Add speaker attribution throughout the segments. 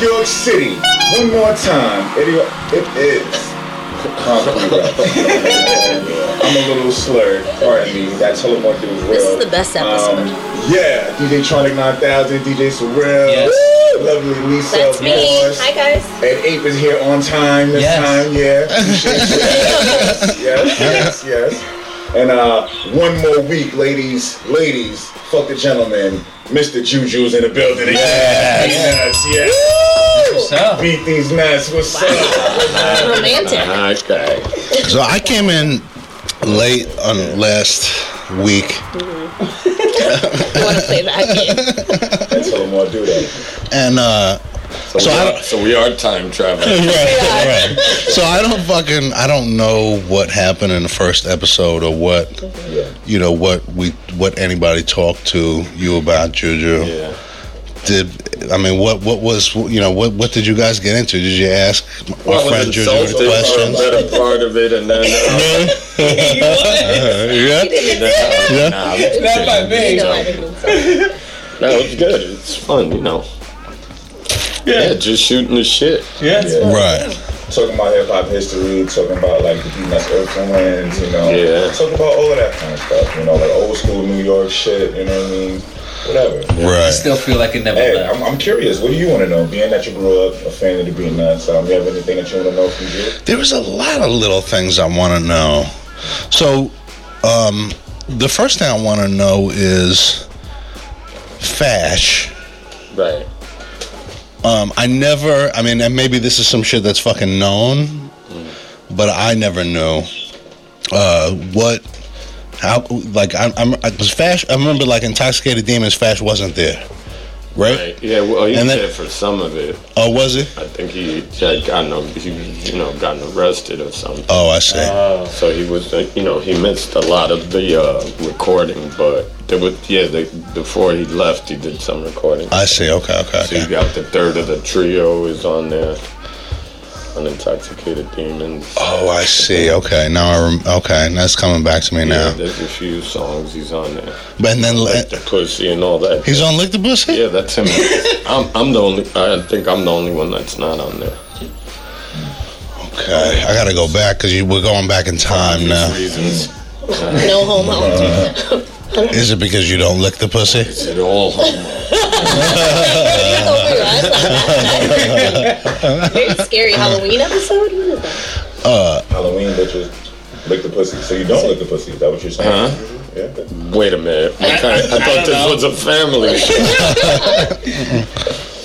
Speaker 1: York City. One more time. It, it is. I'm a little slurred. Pardon me. That telemarketer was real. Um,
Speaker 2: This is the best
Speaker 3: Um,
Speaker 2: episode.
Speaker 1: yeah, DJ Tronic 9000, DJ Surreal.
Speaker 4: Yes.
Speaker 1: Woo! Lovely Lisa.
Speaker 2: That's
Speaker 1: of
Speaker 2: me.
Speaker 1: course.
Speaker 2: Hi guys.
Speaker 1: And Ape is here on time this
Speaker 4: Yes.
Speaker 1: time, yeah. yes, yes, yes, yes. And uh, one more week, ladies, ladies, fuck the gentleman, Mr. Juju's in the building. Yes, yes, yes.
Speaker 4: So,
Speaker 1: Beat these nuts, what's up?
Speaker 2: Romantic.
Speaker 1: Okay.
Speaker 5: So I came in late on last week,
Speaker 2: I want to play that game.
Speaker 1: That's what I'm gonna do that.
Speaker 5: and uh,
Speaker 3: So,
Speaker 5: So
Speaker 3: we,
Speaker 5: I-
Speaker 3: are, so we are time traveling.
Speaker 5: right, right. So I don't fucking I don't know what happened in the first episode or what
Speaker 1: Yeah.
Speaker 5: you know what we what anybody talked to you about Juju.
Speaker 3: yeah.
Speaker 5: Did I mean what what was you know what what did you guys get into? Did you ask our
Speaker 3: Well, I
Speaker 5: friend
Speaker 3: was
Speaker 5: Juju
Speaker 3: insulted for a
Speaker 5: questions?
Speaker 3: better part of it, and then
Speaker 5: yeah.
Speaker 3: uh,
Speaker 5: Yeah.
Speaker 3: nah, it was
Speaker 4: Not by
Speaker 3: good.
Speaker 4: me.
Speaker 2: You know I didn't insult.
Speaker 3: No, it was good. It's fun, you know. Yeah,
Speaker 4: yeah,
Speaker 3: just shooting the shit.
Speaker 4: yeah.
Speaker 5: Right.
Speaker 1: Talking about hip hop history, talking about like the Peanuts influence, you know.
Speaker 3: Yeah.
Speaker 1: Talking about all of that kind of stuff, you know, like old school New York shit, you know what I mean? Whatever.
Speaker 4: I
Speaker 5: Right.
Speaker 4: still feel like it never
Speaker 1: Hey,
Speaker 4: left.
Speaker 1: I'm, I'm curious. What do you want to know? Being that you grew up a fan of the Green Nuts, um, you have anything that you want to know from you?
Speaker 5: There was a lot of little things I want to know. So, um, the first thing I want to know is Fash.
Speaker 3: Right.
Speaker 5: Um, I never, I mean, and maybe this is some shit that's fucking known, but I never knew uh, what, how, like, I, I'm, I was Fash, I remember, like, Intoxicated Demons, Fash wasn't there, right?
Speaker 3: Right. Yeah. Well, he
Speaker 5: And
Speaker 3: was
Speaker 5: then-
Speaker 3: there for some of it.
Speaker 5: Oh, was it?
Speaker 3: I think he had gotten um, he was, you know gotten arrested or something.
Speaker 5: Oh, I see.
Speaker 3: So he was uh, you know he missed a lot of the uh, recording, but there was yeah the, before he left he did some recording.
Speaker 5: I see, okay, okay,
Speaker 3: So you
Speaker 5: okay.
Speaker 3: got the third of the trio is on there. Unintoxicated demons.
Speaker 5: Oh, I see, okay, now I, rem- okay, that's coming back to me
Speaker 3: Yeah,
Speaker 5: now.
Speaker 3: there's a few songs he's on there.
Speaker 5: But and then
Speaker 3: Like the pussy and all that.
Speaker 5: he's on Lick the Pussy?
Speaker 3: yeah, that's him. I'm, I'm the only. I think I'm the only one that's not on there.
Speaker 5: Okay, I gotta go back because we're going back in time now.
Speaker 3: Reasons.
Speaker 2: No homo.
Speaker 3: Uh,
Speaker 5: Is it because you don't lick the pussy?
Speaker 3: Is it all homo?
Speaker 2: Over your eyes like that. Very scary Halloween episode. What is that?
Speaker 1: Halloween bitches lick the pussy. So you don't lick the pussy? Is that what you're saying?
Speaker 3: Huh?
Speaker 1: Yeah.
Speaker 3: Wait a minute. What kind I thought this was a family show.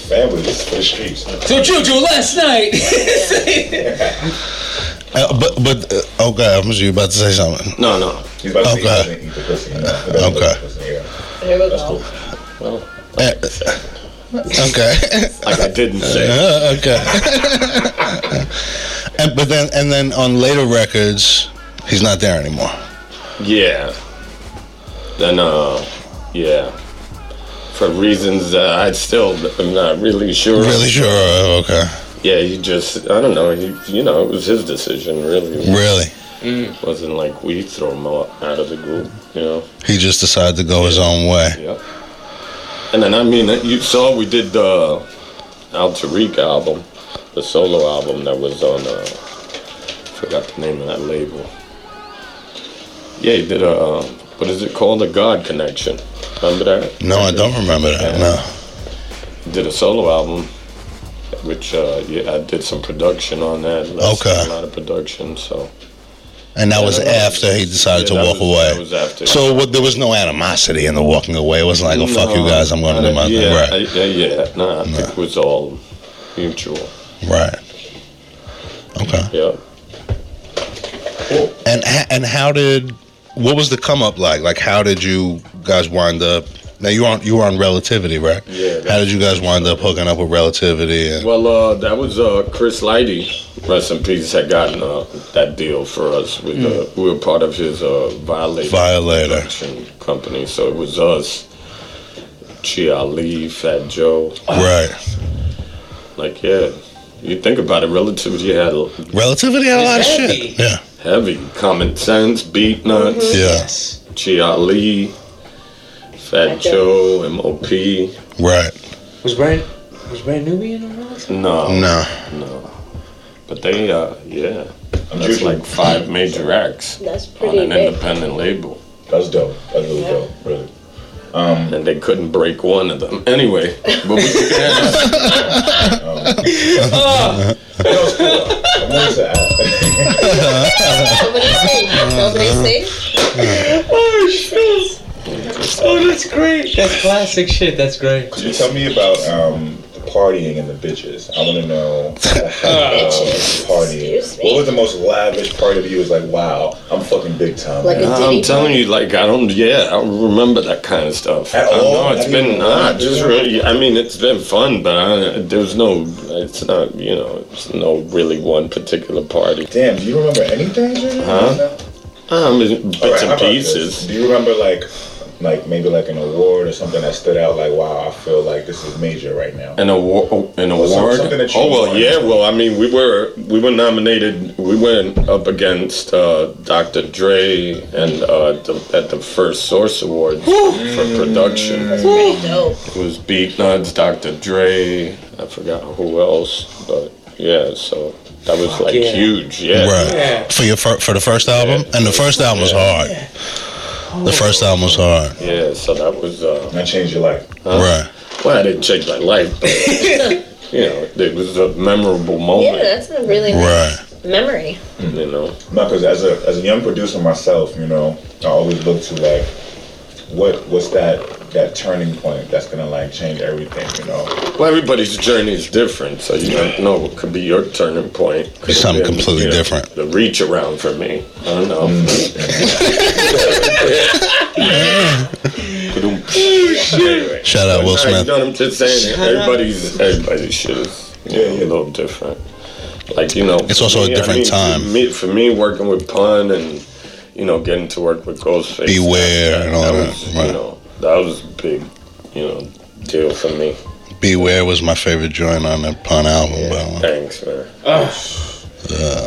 Speaker 1: Families for the streets.
Speaker 4: So Juju, last night.
Speaker 5: Uh, but but uh, okay, I'm sure you about to say something.
Speaker 3: No, no.
Speaker 1: He's about to say he doesn't eat
Speaker 5: Okay.
Speaker 1: the pussy. He doesn't lick
Speaker 5: Okay.
Speaker 1: the pussy, yeah.
Speaker 2: Here we
Speaker 1: That's cool.
Speaker 2: go.
Speaker 3: Well,
Speaker 5: Uh, okay,
Speaker 3: like I didn't say.
Speaker 5: Uh, okay. and, but then and then on later records, he's not there anymore.
Speaker 3: Yeah. Then, uh, yeah. For reasons that I still am not really sure. of.
Speaker 5: Really sure? uh, Okay,
Speaker 3: Yeah, he just, I don't know. He, you know, it was his decision, really.
Speaker 5: really?
Speaker 3: It wasn't like we throw him out out of the group, you know?
Speaker 5: He just decided to go his own way.
Speaker 3: Yep. And then I mean, you saw we did the Al Tariq album, the solo album that was on. Uh, forgot the name of that label. Yeah, he did a. Uh, what is it called? The God Connection. Remember that?
Speaker 5: No, I don't remember that. No.
Speaker 3: He did a solo album, which uh, yeah, I did some production on that.
Speaker 5: Okay.
Speaker 3: A lot of production, so.
Speaker 5: And that was
Speaker 3: I don't know.
Speaker 5: after he decided to
Speaker 3: Yeah, that
Speaker 5: walk
Speaker 3: was-
Speaker 5: away.
Speaker 3: that was after.
Speaker 5: So what, there was no animosity in the walking away. It wasn't like, "Oh fuck you
Speaker 3: No,
Speaker 5: guys, I'm going to
Speaker 3: I-
Speaker 5: do my thing."
Speaker 3: yeah,
Speaker 5: Right,
Speaker 3: I- yeah, yeah. Nah, I think it was all mutual.
Speaker 5: right. Okay.
Speaker 3: Yeah.
Speaker 5: And ha- and how did what was the come up like? Like how did you guys wind up? Now you were on you were on Relativity, right?
Speaker 3: Yeah,
Speaker 5: How did you guys wind up hooking up with Relativity? And,
Speaker 3: Well, uh, that was uh, Chris Lighty, rest in peace, had gotten uh, that deal for us. With, uh, we were part of his uh, Violator,
Speaker 5: Hmm. Violator.
Speaker 3: production company, so it was us, Chia Ali, Fat Joe.
Speaker 5: right.
Speaker 3: Like, yeah, you think about it, relativity had
Speaker 5: Relativity had a lot of shit.
Speaker 4: Exactly.
Speaker 5: Yeah.
Speaker 3: heavy common sense, beat nuts,
Speaker 5: Yeah.
Speaker 3: Chia Ali, Fat
Speaker 2: Fat Joe.
Speaker 3: Joe, MOP.
Speaker 5: Right.
Speaker 4: Was Brian Was Brand Nubian on Ross?
Speaker 3: No,
Speaker 5: No.
Speaker 3: no. But they, uh, yeah, that's
Speaker 1: Juju.
Speaker 3: like five major acts
Speaker 2: That's
Speaker 3: on
Speaker 2: pretty
Speaker 3: an
Speaker 2: big.
Speaker 3: independent label,
Speaker 1: That's dope. That's really dope. Really.
Speaker 3: and they couldn't break one of them. Anyway, but
Speaker 1: I
Speaker 3: we
Speaker 1: wanted to ask.
Speaker 5: Uh-huh.
Speaker 2: So what do you think? That's what they say.
Speaker 4: Oh, shit. Oh, that's great. That's classic shit. That's great.
Speaker 1: Could you tell me about um, the partying and the bitches? I want to know how
Speaker 2: Bitches. Excuse
Speaker 1: partying.
Speaker 2: me.
Speaker 1: What was the most lavish part of you? Was like, wow, I'm fucking big time.
Speaker 2: Like a
Speaker 1: man.
Speaker 3: I'm
Speaker 2: Diddy
Speaker 3: telling
Speaker 2: party.
Speaker 3: you, like I don't, yeah, I don't remember that kind of stuff.
Speaker 1: At
Speaker 3: I
Speaker 1: all?
Speaker 3: know it's
Speaker 1: Not even
Speaker 3: been,
Speaker 1: once?
Speaker 3: nah, just really, I mean, it's been fun, but I, there's no, it's not, you know, it's no really one particular party.
Speaker 1: Damn, do you remember anything? Junior?
Speaker 3: Huh?
Speaker 1: No?
Speaker 3: Um, bits
Speaker 1: All right, how about
Speaker 3: and
Speaker 1: this?
Speaker 3: pieces.
Speaker 1: Do you remember like, like maybe like an award or something that stood out? Like, wow, I feel like this is major right now.
Speaker 3: An award, an
Speaker 1: some-
Speaker 3: award.
Speaker 1: something that you
Speaker 3: oh well,
Speaker 1: won.
Speaker 3: yeah. Well, I mean, we were we were nominated. We went up against uh, Dr. Dre and uh, the, at the first Source Awards for production.
Speaker 1: Mm.
Speaker 2: Pretty dope.
Speaker 3: It was Beat Nuts, Dr. Dre. I forgot who else, but yeah. So that was like
Speaker 4: yeah.
Speaker 3: huge. Yeah.
Speaker 5: Right.
Speaker 4: Yeah.
Speaker 5: For your fir- for the first album, and the first album was hard. The first album was hard.
Speaker 3: Yeah. So that was. Uh,
Speaker 1: That changed your life.
Speaker 5: Right.
Speaker 3: well, I didn't change my life, but you know, it was a memorable
Speaker 2: Yeah,
Speaker 3: moment.
Speaker 2: that's a really
Speaker 5: Right.
Speaker 2: nice memory.
Speaker 3: You know.
Speaker 1: No, because as a as a young producer myself, you know, I always look to like what what's that that turning point that's gonna like change everything, you know?
Speaker 3: Well, everybody's journey is different, so you don't know what could be your turning point. Could have
Speaker 5: Something
Speaker 3: been,
Speaker 5: completely
Speaker 3: you know,
Speaker 5: different.
Speaker 3: The reach around for me. I don't know. Ba-dum. Anyway.
Speaker 5: Shout out Will
Speaker 3: Nah, You
Speaker 5: Smith.
Speaker 3: know what I'm just saying? Everybody's everybody's shit is you know, a little different. Like you know,
Speaker 5: It's also
Speaker 3: for
Speaker 5: a
Speaker 3: me, I
Speaker 5: different
Speaker 3: mean, for
Speaker 5: time.
Speaker 3: Me, for me, working with Pun and you know getting to work with Ghostface.
Speaker 5: Beware and all that,
Speaker 3: was,
Speaker 5: right.
Speaker 3: You know, that was a big, you know, deal for me.
Speaker 5: Beware was my favorite joint on that pun album. But,
Speaker 3: Thanks, man.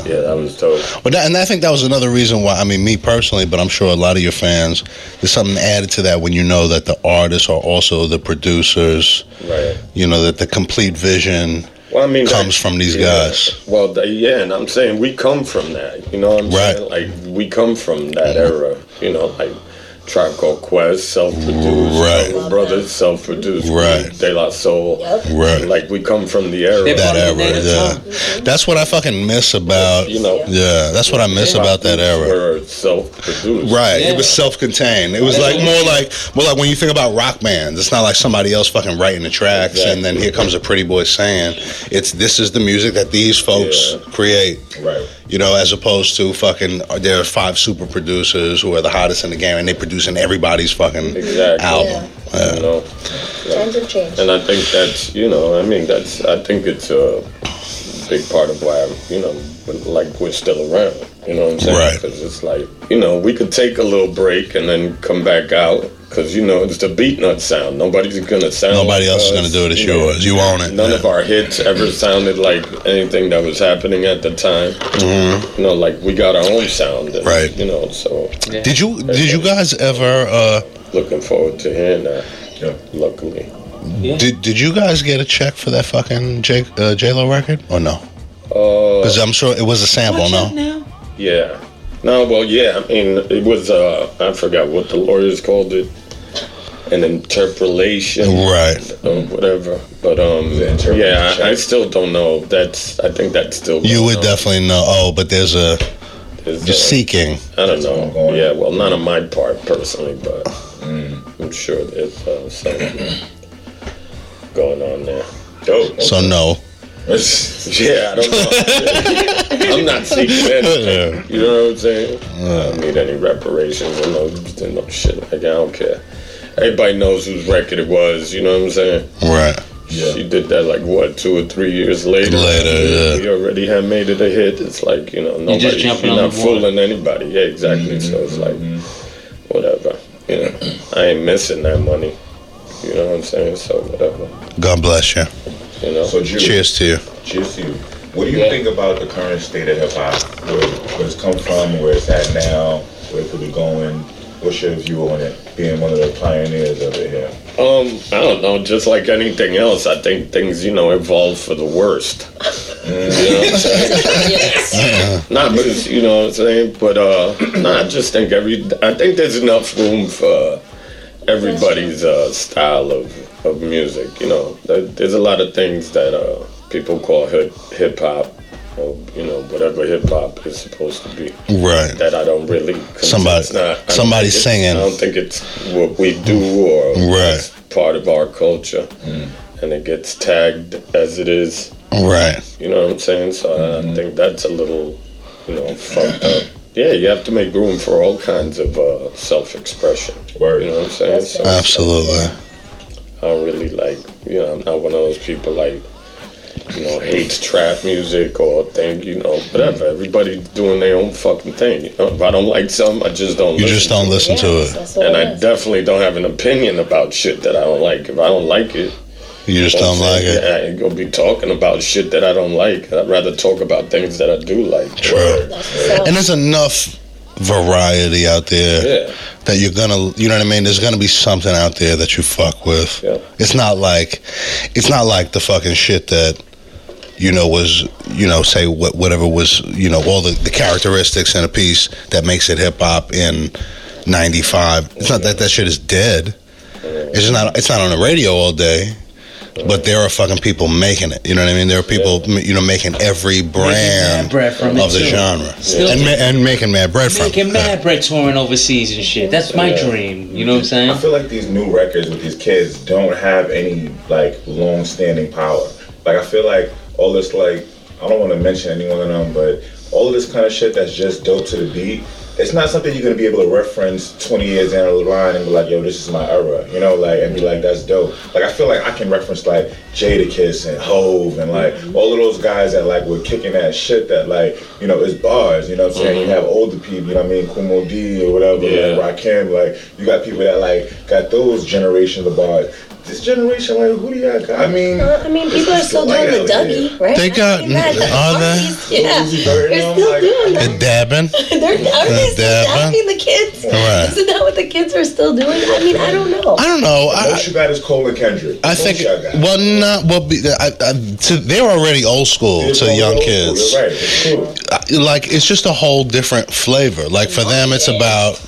Speaker 3: yeah, that was dope.
Speaker 5: but that, and I think that was another reason why. I mean, me personally, but I'm sure a lot of your fans. There's something added to that when you know that the artists are also the producers.
Speaker 3: Right.
Speaker 5: You know that the complete vision.
Speaker 3: Well, I mean,
Speaker 5: Comes from these
Speaker 3: yeah.
Speaker 5: guys.
Speaker 3: Well, th- yeah, and I'm saying we come from that. You know what I'm
Speaker 5: Right. Mm-hmm.
Speaker 3: saying? Like we come from that era. You know, like Tribe Called Quest, self-produced,
Speaker 5: Right.
Speaker 3: Jonas Brothers, self-produced,
Speaker 5: Right.
Speaker 3: De La Soul.
Speaker 2: Yep.
Speaker 5: Right.
Speaker 3: Like we come from the era.
Speaker 4: They
Speaker 5: that
Speaker 4: Probably
Speaker 5: era.
Speaker 4: native
Speaker 5: Yeah,
Speaker 4: tongue.
Speaker 5: that's what I fucking miss about.
Speaker 3: You know.
Speaker 5: yeah, that's what I miss about that era.
Speaker 3: Were self-produced.
Speaker 5: Right,
Speaker 4: Yeah.
Speaker 5: it was self-contained. It was
Speaker 4: That's
Speaker 5: like
Speaker 4: what
Speaker 5: more like more like when you think about rock bands. It's not like somebody else fucking writing the tracks and then here comes a pretty boy saying, "It's this is the music that these folks
Speaker 3: Yeah.
Speaker 5: create."
Speaker 1: Right.
Speaker 5: You know, as opposed to fucking there are five super producers who are the hottest in the game and they producing everybody's fucking
Speaker 3: Exactly.
Speaker 5: album.
Speaker 3: You know.
Speaker 2: Times have changed.
Speaker 3: And I think that's, you know, I mean, that's, I think it's a big part of why, you know, like we're still around. You know what I'm saying?
Speaker 5: Right.
Speaker 3: Because it's like, you know, we could take a little break and then come back out because, you know, it's the beat nut sound. Nobody's going to sound
Speaker 5: Nobody
Speaker 3: like
Speaker 5: else is
Speaker 3: us,
Speaker 5: gonna do it. It's
Speaker 3: you know.
Speaker 5: yours. You own it.
Speaker 3: None
Speaker 5: Yeah.
Speaker 3: of our hits ever sounded like anything that was happening at the time. You know, like we got our own sound. And,
Speaker 5: Mm-hmm. Right.
Speaker 3: You know, so
Speaker 5: Did you did you guys ever uh,
Speaker 3: looking forward to hearing that,
Speaker 1: Yeah.
Speaker 3: luckily.
Speaker 5: Did Did you guys get a check for that fucking J uh, J Lo record or no?
Speaker 3: Uh,
Speaker 5: Because I'm sure it was a sample, no?
Speaker 3: Yeah. No, well, yeah. I mean, it was uh, I forgot what the lawyers called it, an interpolation
Speaker 5: Right.
Speaker 3: or whatever. But um,
Speaker 1: The interpolation.
Speaker 3: yeah, I, I still don't know. That's I think that's still
Speaker 5: You
Speaker 3: going
Speaker 5: would
Speaker 3: on.
Speaker 5: definitely know. Oh, but there's a
Speaker 3: It's,
Speaker 5: you're
Speaker 3: uh,
Speaker 5: seeking.
Speaker 3: I don't
Speaker 1: Still
Speaker 3: know.
Speaker 1: going. Mm.
Speaker 3: Yeah, well, not on my part personally, but I'm sure there's uh, something going on there.
Speaker 1: Dope.
Speaker 5: So no.
Speaker 3: Yeah, I don't know. I'm not seeking anything.
Speaker 5: Yeah.
Speaker 3: You know what I'm saying? I don't need any reparations or no, or no shit. Like, I don't care. Everybody knows whose record it was. You know what I'm saying?
Speaker 5: Right.
Speaker 1: Yeah.
Speaker 3: She did that like what two or three years later.
Speaker 5: Later, yeah.
Speaker 3: We already had made it a hit. It's like you know nobody.
Speaker 4: just jumping
Speaker 3: you're
Speaker 4: on
Speaker 3: not
Speaker 4: the water.
Speaker 3: fooling anybody. Yeah, exactly. So it's like whatever. You know, I ain't missing that money. You know what I'm saying? So whatever.
Speaker 5: God bless you.
Speaker 3: You know.
Speaker 1: So Jew, cheers.
Speaker 5: Cheers to you.
Speaker 1: to you. What do you
Speaker 3: Yeah.
Speaker 1: think about the current state of hip hop? Where, where it's come from, where it's at now, where it could be going? What's your view on it? Being one of the pioneers of it here.
Speaker 3: Um, I don't know. Just like anything else, I think things, you know, evolve for the worst. You know what I'm saying?
Speaker 2: yes.
Speaker 3: Nah, but it's, you know what I'm saying. But uh, nah, I just think every. I think there's enough room for everybody's uh, style of, of music. You know, there, there's a lot of things that uh, people call hip hip hop, or you know, whatever hip hop is supposed to be.
Speaker 5: Right.
Speaker 3: That I don't really. consider-
Speaker 5: Somebody-
Speaker 3: it's not- I don't
Speaker 5: somebody
Speaker 3: think it's-
Speaker 5: singing.
Speaker 3: I don't think it's what we do or
Speaker 5: Right.
Speaker 3: it's part of our culture, and it gets tagged as it is.
Speaker 5: Right.
Speaker 3: You know what I'm saying? So I- I think that's a little, you know, fucked up. Yeah, you have to make room for all kinds of uh, self-expression.
Speaker 1: Word.
Speaker 3: You know what I'm saying? So
Speaker 5: Absolutely.
Speaker 3: I don't really like, you know, I'm not one of those people like, you know, hates trap music or think, you know, whatever. Everybody's doing their own fucking thing. You know, if I don't like something, I just don't.
Speaker 5: You
Speaker 3: listen
Speaker 5: just don't
Speaker 3: to it.
Speaker 5: listen to
Speaker 2: Yes,
Speaker 5: it.
Speaker 2: that's what
Speaker 3: And
Speaker 2: it
Speaker 3: I
Speaker 2: is.
Speaker 3: definitely don't have an opinion about shit that I don't like. If I don't like it,
Speaker 5: You just don't like it.
Speaker 3: I ain't gonna be talking about shit that I don't like. I'd rather talk about things that I do like.
Speaker 5: True.
Speaker 2: So-
Speaker 5: And there's enough variety out there
Speaker 3: Yeah,
Speaker 5: that you're gonna, you know what I mean? There's gonna be something out there that you fuck with.
Speaker 3: yeah.
Speaker 5: It's not like, it's not like the fucking shit that, you know, was, you know, say what whatever was, you know, all the, the characteristics in a piece that makes it hip hop in '95. It's not that that shit is dead. It's just not. It's not on the radio all day. But there are fucking people making it. You know what I mean? There are people, you know, making every brand
Speaker 4: mad bread from it
Speaker 5: of the
Speaker 4: too.
Speaker 5: genre
Speaker 4: Still
Speaker 5: and, ma- and making mad bread from
Speaker 4: Making
Speaker 5: it.
Speaker 4: mad bread touring overseas and shit. That's my
Speaker 3: Yeah.
Speaker 4: dream. You know what I'm saying?
Speaker 1: I feel like these new records with these kids don't have any like long-standing power. Like I feel like all this like I don't want to mention any one of them, but all of this kind of shit that's just dope to the beat. It's not something you're gonna be able to reference 20 years down the line and be like, yo, this is my era, you know, like and be like, that's dope. Like I feel like I can reference like Jada Kiss and Hove and like all of those guys that like were kicking that shit that like, you know, is bars, you know what I'm saying? You have older people, you know what I mean, Kumo D or whatever,
Speaker 3: Yeah.
Speaker 1: like Rock Rakim, like you got people that like got those generations of bars. This generation, like, who do y'all got? I mean,
Speaker 2: Uh, I mean, people are still doing the Dougie, right?
Speaker 5: They got-
Speaker 2: I mean, that- the
Speaker 5: are they?
Speaker 2: Arby's, Yeah,
Speaker 1: Uzi Vert,
Speaker 2: they're
Speaker 1: them,
Speaker 2: still
Speaker 1: like-
Speaker 2: doing that.
Speaker 5: The dabbing.
Speaker 2: They're are they still
Speaker 5: Dab, huh?
Speaker 2: dabbing the kids.
Speaker 5: Right.
Speaker 2: Isn't that what the kids are still doing? I mean, I don't know.
Speaker 5: I don't know. I,
Speaker 1: What you got is Cole and Kendrick.
Speaker 5: I
Speaker 1: What
Speaker 5: think
Speaker 1: y'all got?
Speaker 5: well, not well. Be, I, I, to, they're already old school
Speaker 1: It's
Speaker 5: to
Speaker 1: all
Speaker 5: young
Speaker 1: old school,
Speaker 5: kids.
Speaker 1: you're Right. It's cool.
Speaker 5: I- Like it's just a whole different flavor. Like for them, it's about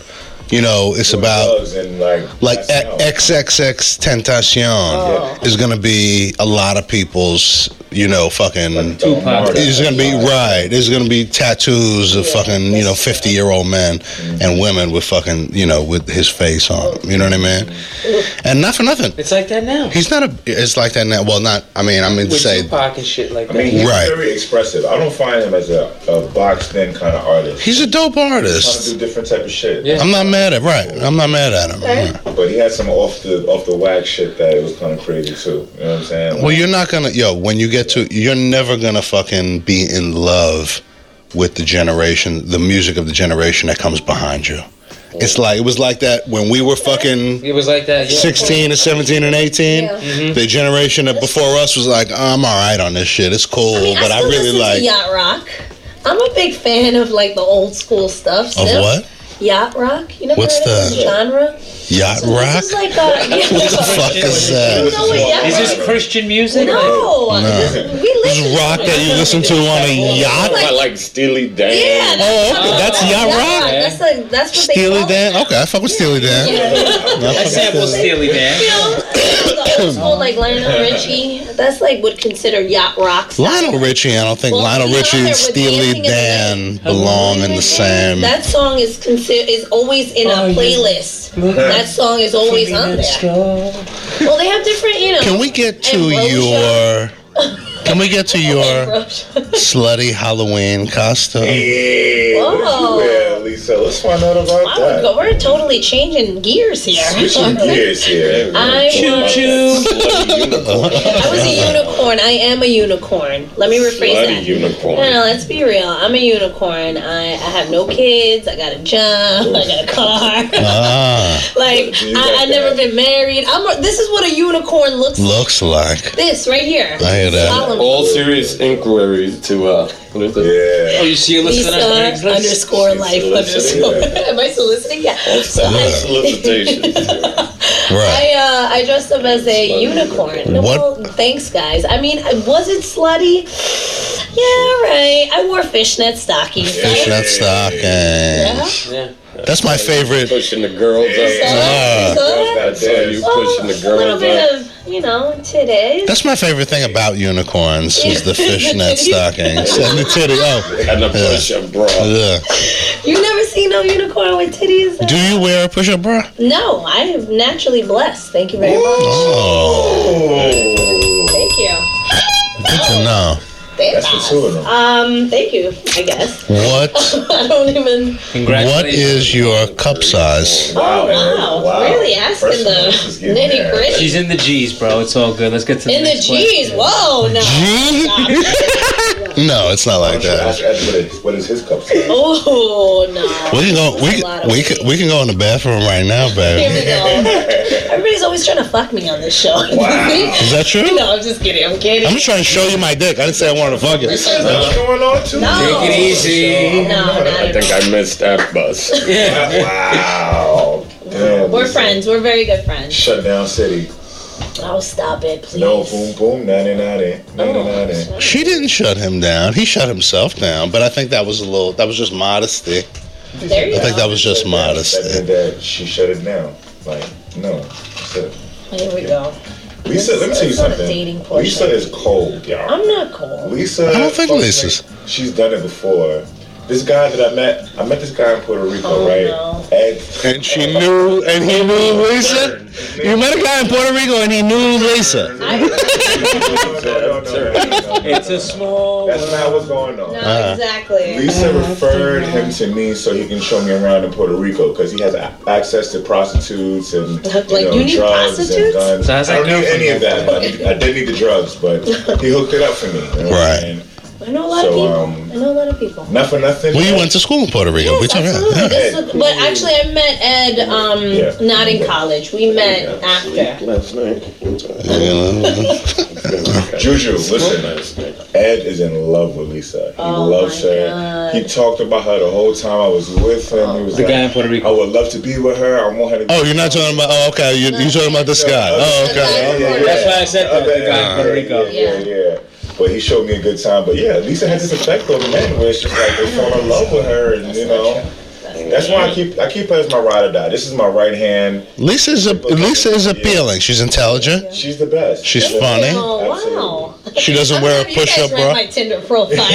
Speaker 5: you know, it's about
Speaker 1: Drugs and like
Speaker 5: like
Speaker 1: that's
Speaker 5: X-
Speaker 1: how-
Speaker 5: XXX Tentacion
Speaker 2: Oh.
Speaker 5: is gonna be a lot of people's you know fucking.
Speaker 1: like
Speaker 5: It's
Speaker 1: Don
Speaker 4: Tupac.
Speaker 1: Omar, that's
Speaker 5: gonna be
Speaker 1: how-
Speaker 5: right. There's gonna be tattoos of fucking you know fifty year old men and women with fucking you know with his face on. 'em. You know what I mean? And not for nothing.
Speaker 4: It's like that now.
Speaker 5: He's not a. It's like that now. Well, not. I mean, I mean to
Speaker 4: With
Speaker 5: say.
Speaker 4: Tupac and shit like
Speaker 1: I
Speaker 4: that.
Speaker 1: mean, he's
Speaker 5: Right.
Speaker 1: very expressive. I don't find him as a, a boxed in kind of artist.
Speaker 5: He's a dope
Speaker 1: trying to
Speaker 5: artist.
Speaker 1: do different type of shit.
Speaker 4: Yeah.
Speaker 5: I'm not mad at right. I'm not mad at him.
Speaker 2: Right.
Speaker 5: Yeah.
Speaker 1: But he had some off the off the whack shit that it was kind of crazy too. You know what I'm saying?
Speaker 5: Well, you're not gonna yo. When you get to, you're never gonna fucking be in love with the generation, the music of the generation that comes behind you. It's like it was like that when we were fucking
Speaker 4: it was like that. Yeah.
Speaker 5: 16 and 17 and 18.
Speaker 2: Yeah.
Speaker 5: The generation that before us was like, "Oh, I'm all right on this shit. It's cool,
Speaker 2: mean,
Speaker 5: but I,
Speaker 2: still
Speaker 5: really
Speaker 2: listen to
Speaker 5: like
Speaker 2: yacht rock. I'm a big fan of like the old school stuff.
Speaker 5: of
Speaker 2: still.
Speaker 5: what
Speaker 2: Yacht rock. You know
Speaker 5: What's
Speaker 2: what
Speaker 5: that?
Speaker 2: genre?
Speaker 5: yacht
Speaker 2: So
Speaker 5: rock.
Speaker 2: This is like a, yeah,
Speaker 5: What the fuck is that?
Speaker 2: You know what yacht
Speaker 4: Is
Speaker 2: rock
Speaker 4: this Christian music?
Speaker 2: No, we
Speaker 5: This
Speaker 2: listen.
Speaker 5: rock that you listen to on a yacht?
Speaker 3: I like Steely Dan.
Speaker 2: Yeah, that's
Speaker 5: Oh, okay, that's yacht rock?
Speaker 2: That's like that's what they
Speaker 5: Steely
Speaker 2: call
Speaker 5: Dan? Okay, I fuck with Steely Dan. I
Speaker 4: I
Speaker 5: fuck with
Speaker 4: sample
Speaker 5: Steely-
Speaker 4: Steely
Speaker 2: You
Speaker 4: Dan.
Speaker 2: know, the old school like Lionel Richie. That's like would consider yacht rock. style.
Speaker 5: Lionel Richie, I don't think
Speaker 2: Well,
Speaker 5: Lionel
Speaker 2: Rihanna
Speaker 5: Richie and
Speaker 2: with
Speaker 5: Steely
Speaker 2: Dancing in the
Speaker 5: Dan belong in the same.
Speaker 2: That song is consider is always in
Speaker 4: Oh,
Speaker 2: a
Speaker 4: yeah.
Speaker 2: playlist. That song is always on there. Well, they have different, you know.
Speaker 5: Can we get to
Speaker 2: Ambrosia.
Speaker 5: your. Can we get to your
Speaker 2: Ambrosia.
Speaker 5: slutty Halloween costume?
Speaker 1: Yeah,
Speaker 2: Whoa.
Speaker 1: what you wear, Lisa? Let's find out about
Speaker 2: I would go-
Speaker 1: that.
Speaker 2: We're totally changing gears here.
Speaker 1: Switching gears here.
Speaker 2: I
Speaker 4: Choo
Speaker 2: was,
Speaker 4: choo.
Speaker 3: Bloody unicorn.
Speaker 2: I was a unicorn. I am a unicorn. Let me rephrase
Speaker 3: Bloody
Speaker 2: that.
Speaker 3: unicorn.
Speaker 2: No, no, let's be real. I'm a unicorn. I, I have no kids. I got a job. I got a car.
Speaker 5: Ah,
Speaker 2: like
Speaker 1: You got
Speaker 2: I, I never
Speaker 1: that.
Speaker 2: been married. I'm. A, this is what a unicorn looks. like.
Speaker 5: looks like.
Speaker 2: This right here.
Speaker 5: I hear that.
Speaker 2: Follow me.
Speaker 3: All serious inquiries to uh, what is it?
Speaker 1: Yeah.
Speaker 4: Oh, you see a list of that?
Speaker 2: Lisa underscore life
Speaker 3: soliciting,
Speaker 2: underscore. Am I soliciting? Yeah.
Speaker 3: All solicitation.
Speaker 5: Right.
Speaker 2: I uh, I dressed up as a
Speaker 3: Slutty.
Speaker 2: unicorn.
Speaker 5: What?
Speaker 2: Well, thanks, guys. I mean, I was it slutty? Yeah, right. I wore fishnet stockings.
Speaker 5: Fishnet stockings.
Speaker 4: Yeah.
Speaker 5: That's my favorite.
Speaker 3: Pushing the girls up.
Speaker 5: Ah.
Speaker 3: I saw you pushing the
Speaker 2: Oh, a little
Speaker 3: girls up.
Speaker 2: bit of you know titties.
Speaker 5: That's my favorite thing about unicorns is the
Speaker 2: Yeah.
Speaker 5: fishnet stockings and the titty. Oh,
Speaker 3: And the push-up bra.
Speaker 5: yeah.
Speaker 2: You never seen no unicorn with titties?
Speaker 5: Do you wear a push-up bra?
Speaker 2: No, I am naturally blessed. Thank you very much.
Speaker 5: Oh,
Speaker 2: Thank you.
Speaker 5: good to know.
Speaker 1: Oh, That's for two of them.
Speaker 2: Um, thank you. I guess
Speaker 5: What?
Speaker 2: I don't even.
Speaker 5: What is your cup size?
Speaker 2: Oh
Speaker 1: Wow,
Speaker 2: wow!
Speaker 1: wow.
Speaker 2: Really asking
Speaker 1: Personal,
Speaker 2: the
Speaker 1: this is getting
Speaker 2: nitty gritty.
Speaker 4: She's in the G's, bro. It's all good. Let's get to the
Speaker 2: in the
Speaker 4: next question.
Speaker 2: G's. Whoa, no.
Speaker 5: G? No, it's not like
Speaker 1: I
Speaker 5: that.
Speaker 1: should ask what is, what is his cup size?
Speaker 2: Oh no.
Speaker 5: We can go. We can, we can, we can go in the bathroom right now,
Speaker 2: Here
Speaker 5: baby.
Speaker 2: we go. Everybody's always trying to fuck me on this show.
Speaker 5: Is that true?
Speaker 2: no, I'm just kidding. I'm
Speaker 5: I'm
Speaker 2: kidding.
Speaker 5: just trying to show you my dick. I didn't say I wanted to fuck it.
Speaker 1: What's going on too?
Speaker 2: No.
Speaker 4: Take it easy.
Speaker 2: No, not
Speaker 3: I
Speaker 2: at
Speaker 3: think
Speaker 2: all.
Speaker 3: I missed that bus.
Speaker 4: Yeah.
Speaker 1: Wow. Damn.
Speaker 2: We're
Speaker 1: this
Speaker 2: friends. We're very good friends.
Speaker 1: Shut down city.
Speaker 2: Oh, stop it, please.
Speaker 1: No boom boom. Nanny nanny. Nanny nanny.
Speaker 2: Oh.
Speaker 5: She didn't shut him down. He shut himself down. But I think that was a little. That was just modesty.
Speaker 2: There you
Speaker 5: I think that
Speaker 2: go.
Speaker 5: was just
Speaker 1: That
Speaker 5: modesty.
Speaker 1: did that. She shut it down. Like no. That's it.
Speaker 2: Here we go.
Speaker 1: Lisa, let me tell you
Speaker 2: It's not a
Speaker 1: something.
Speaker 2: dating portion.
Speaker 1: Lisa is cold, y'all.
Speaker 2: I'm not cold.
Speaker 1: Lisa.
Speaker 5: I don't think Lisa's.
Speaker 1: She's done it before. This guy that I met, I met this guy in Puerto Rico,
Speaker 2: Oh,
Speaker 1: right?
Speaker 2: no.
Speaker 1: And
Speaker 5: And she knew, and he knew Lisa. You met a guy in Puerto Rico, and he knew Lisa.
Speaker 1: no, no, no, no, no, no.
Speaker 4: It's a small.
Speaker 1: That's not what's going on.
Speaker 2: No,
Speaker 5: Uh,
Speaker 2: exactly.
Speaker 1: Lisa referred him to me so he can show me around in Puerto Rico because he has a- access to prostitutes and you
Speaker 2: Like,
Speaker 1: know
Speaker 2: you need
Speaker 1: drugs and
Speaker 2: prostitutes?
Speaker 1: guns.
Speaker 4: So how's
Speaker 1: I
Speaker 4: that
Speaker 1: don't need
Speaker 4: girl
Speaker 1: any of that,
Speaker 4: from-
Speaker 1: but I did need the drugs. But he hooked it up for me. you know what I'm
Speaker 5: Right.
Speaker 1: saying?
Speaker 2: I know a lot of
Speaker 1: So,
Speaker 2: people.
Speaker 1: um,
Speaker 2: I know a lot of people.
Speaker 1: Not for nothing.
Speaker 5: Well, you went to school in Puerto Rico. we
Speaker 2: Yes,
Speaker 5: talking about-
Speaker 2: absolutely.
Speaker 5: yeah.
Speaker 2: This is- but actually, I met Ed um,
Speaker 1: Yeah.
Speaker 2: not in college. We met
Speaker 1: Yeah.
Speaker 2: after.
Speaker 3: Last night.
Speaker 1: Juju, listen.
Speaker 3: Last night.
Speaker 1: Ed is in love with Lisa. He
Speaker 2: Oh
Speaker 1: loves
Speaker 2: my
Speaker 1: her.
Speaker 2: God. Oh.
Speaker 1: He talked about her the whole time I was with him. He was
Speaker 4: The
Speaker 1: like,
Speaker 4: guy in Puerto
Speaker 1: I
Speaker 4: Rico.
Speaker 1: would love to be with her. I want her to.
Speaker 5: Oh, you're not talking about. Oh, okay. You you talking about this guy? Oh, okay.
Speaker 4: That's why I said that, the guy in Puerto Rico.
Speaker 1: Yeah, yeah, yeah. But he showed me a good time. But yeah, Lisa has this effect on men where it's just like they fall in love with her, and you know. That's why I keep I keep her as my ride or die. This is my right hand.
Speaker 5: Lisa is a, Lisa is appealing. She's intelligent.
Speaker 1: She's the best.
Speaker 5: She's
Speaker 1: the best.
Speaker 5: funny.
Speaker 2: Oh wow!
Speaker 1: Absolutely.
Speaker 5: She doesn't wear a
Speaker 2: I'm glad you guys
Speaker 5: push-up
Speaker 2: read
Speaker 5: bra.
Speaker 2: My Tinder profile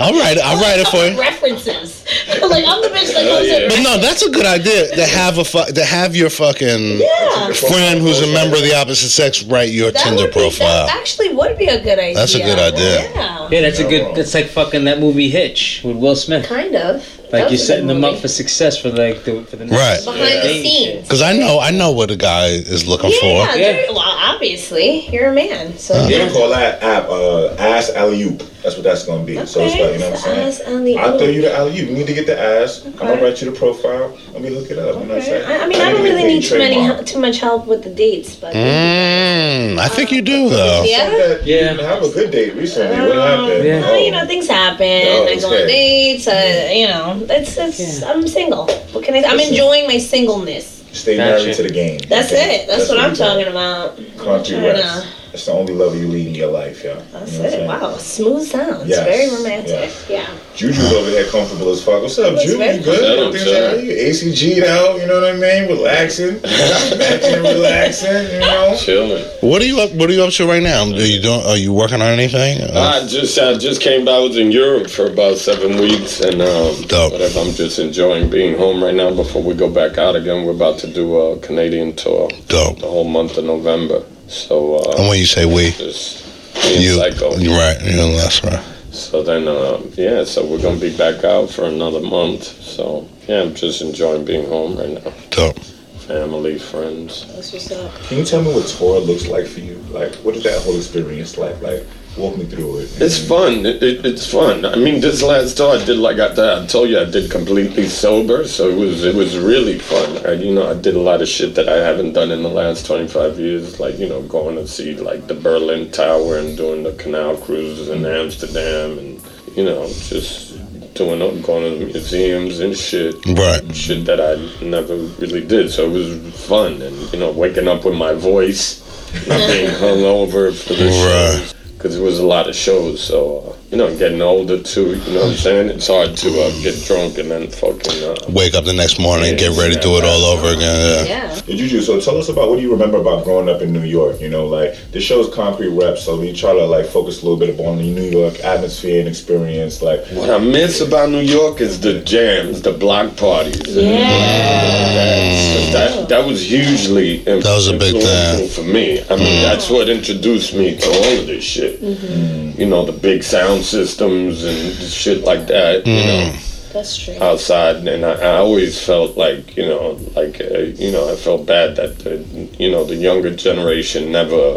Speaker 5: I'll write it. I'll write it for you.
Speaker 2: references. like I'm the bitch that goes in.
Speaker 5: But no, that's a good idea to have a fu- to have your fucking
Speaker 2: Yeah,
Speaker 5: friend who's a member of the opposite sex write your
Speaker 2: that
Speaker 5: Tinder
Speaker 2: would be,
Speaker 5: profile.
Speaker 2: That actually would be a good idea.
Speaker 5: That's a good idea.
Speaker 2: Yeah,
Speaker 4: Yeah, that's a good. That's like fucking that movie Hitch with Will Smith.
Speaker 2: kind of.
Speaker 4: Like
Speaker 2: That
Speaker 4: you're
Speaker 2: was a
Speaker 4: setting
Speaker 2: good
Speaker 4: them up
Speaker 2: movie.
Speaker 4: for success for like the for the
Speaker 5: Right.
Speaker 4: next
Speaker 2: behind the
Speaker 4: Yeah.
Speaker 2: scenes.
Speaker 5: Because I know I know what a guy is looking for. Uh-huh.
Speaker 2: Yeah,
Speaker 4: Yeah.
Speaker 2: there- well, obviously you're a man, so
Speaker 1: They gonna call that app uh, ass alley oop. That's what that's gonna be. So it's like you know what I'm
Speaker 2: Eyes
Speaker 1: saying.
Speaker 2: on the
Speaker 1: I throw
Speaker 2: oop.
Speaker 1: you the alley oop. You need to get the ass. I'm
Speaker 2: Okay.
Speaker 1: gonna write you the profile. Let me hook it up. You know what I'm
Speaker 2: Okay.
Speaker 1: saying?
Speaker 2: I, I mean, I
Speaker 1: need
Speaker 2: don't
Speaker 1: to get
Speaker 2: really need
Speaker 1: paid
Speaker 2: too many
Speaker 1: trademark.
Speaker 2: too much help with the dates, but
Speaker 5: Mm, I think you do though.
Speaker 1: Said
Speaker 2: yeah. Um,
Speaker 1: that you
Speaker 4: Yeah.
Speaker 1: didn't have a good date recently. What happened?
Speaker 4: Yeah.
Speaker 2: Well, you know, things happen.
Speaker 1: Oh,
Speaker 2: I go on
Speaker 1: okay.
Speaker 2: dates.
Speaker 1: Mm-hmm.
Speaker 2: I, you know, it's, it's I'm single. What can I? I'm enjoying my singleness.
Speaker 1: Stay
Speaker 4: Gotcha.
Speaker 1: married to the game.
Speaker 2: That's
Speaker 1: Okay?
Speaker 2: it. That's, what, I'm
Speaker 1: you want.
Speaker 2: talking about.
Speaker 1: Country
Speaker 2: Trying to-
Speaker 1: Rex. That's the only love you lead in your life, y'all.
Speaker 2: That's
Speaker 1: You know what I'm
Speaker 2: it.
Speaker 1: saying?
Speaker 2: Wow, smooth sounds.
Speaker 1: Yes.
Speaker 2: Very romantic.
Speaker 1: Yes.
Speaker 2: Yeah.
Speaker 1: Juju's over there comfortable as fuck. What's up,
Speaker 2: That's
Speaker 1: Juju? You
Speaker 2: very
Speaker 1: good?
Speaker 3: comfortable.
Speaker 1: Everything's all right? You ACG'd out, you know what I mean? Relaxing. Back and relaxing, you know?
Speaker 3: Chilling.
Speaker 5: What are you up? What are you up to right now? Are you doing? Are you working on anything? Uh,
Speaker 3: I just I just came back. I was in Europe for about seven weeks, and um,
Speaker 5: Dope.
Speaker 3: whatever. I'm just enjoying being home right now. Before we go back out again, we're about to do a Canadian tour
Speaker 5: dope.
Speaker 3: the whole month of November. So
Speaker 5: And
Speaker 3: uh,
Speaker 5: when you say we,
Speaker 3: just being
Speaker 5: you,
Speaker 3: psycho.
Speaker 5: you're right. You're that's right.
Speaker 3: So then, uh, yeah. So we're gonna be back out for another month. So yeah, I'm just enjoying being home right now.
Speaker 5: Dope.
Speaker 3: Family, friends.
Speaker 2: That's what's up.
Speaker 1: Can you tell me what tour looks like for you? Like, what is that whole experience like? Like, walk me through it.
Speaker 3: It's fun. It, it, it's fun. I mean, this last tour I did, like I, I told you, I did completely sober, so it was it was really fun. I, you know, I did a lot of shit that I haven't done in the last twenty five years, like you know, going to see like the Berlin Tower and doing the canal cruises in Amsterdam, and you know, just doing up, going to museums and shit.
Speaker 5: Right.
Speaker 3: Shit that I never really did. So it was fun, and you know, waking up with my voice, not being hungover for the
Speaker 5: Right.
Speaker 3: shows. Because it was a lot of shows, so uh, you know, getting older too. You know what I'm saying? It's hard to uh, get drunk and then fucking. Uh,
Speaker 5: Wake up the next morning, get ready to do it all over again. Yeah.
Speaker 2: Yeah.
Speaker 1: Did you do so? Tell us about what do you remember about growing up in New York? You know, like this show's concrete rep, so we try to like focus a little bit upon the New York atmosphere and experience. Like,
Speaker 4: Mm-hmm.
Speaker 3: what I miss about New York is the jams, the block parties. and-
Speaker 2: Yeah.
Speaker 3: that, that, that was hugely that
Speaker 5: was a big thing. Mm.
Speaker 3: for me. I mean, that's what introduced me to all of this shit.
Speaker 5: Mm-hmm.
Speaker 3: You know, the big sound systems and shit like that.
Speaker 5: Mm.
Speaker 3: You know,
Speaker 2: That's true.
Speaker 1: Uh,
Speaker 3: outside, and I, I always felt like you know, like uh, you know, I felt bad that the, you know the younger generation never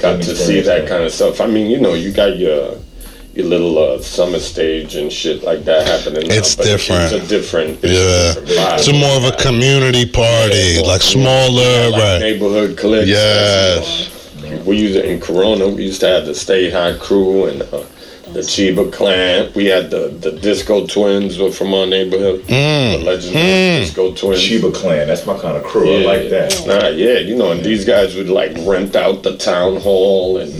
Speaker 3: got
Speaker 1: Didn't
Speaker 3: to see
Speaker 1: experience
Speaker 3: that
Speaker 1: that.
Speaker 3: kind of stuff. I mean, you know, you got your your little uh, summer stage and shit like that happening. now,
Speaker 5: It's
Speaker 3: but
Speaker 5: different.
Speaker 3: It's a different. It's
Speaker 5: Yeah.
Speaker 3: a different vibe.
Speaker 5: It's a more of a community party, like smaller,
Speaker 3: like
Speaker 5: right?
Speaker 3: neighborhood cliques.
Speaker 5: Yes.
Speaker 3: We used to, in Corona, we used to have the Stay High crew and uh, the Chiba clan. We had the, the Disco Twins were from our neighborhood.
Speaker 5: Mm.
Speaker 3: The legendary Disco Twins.
Speaker 1: Sheba Clan, that's my kind of crew. I
Speaker 3: Yeah.
Speaker 1: like that.
Speaker 3: Nah, yeah, you know, and these guys would like rent out the town hall and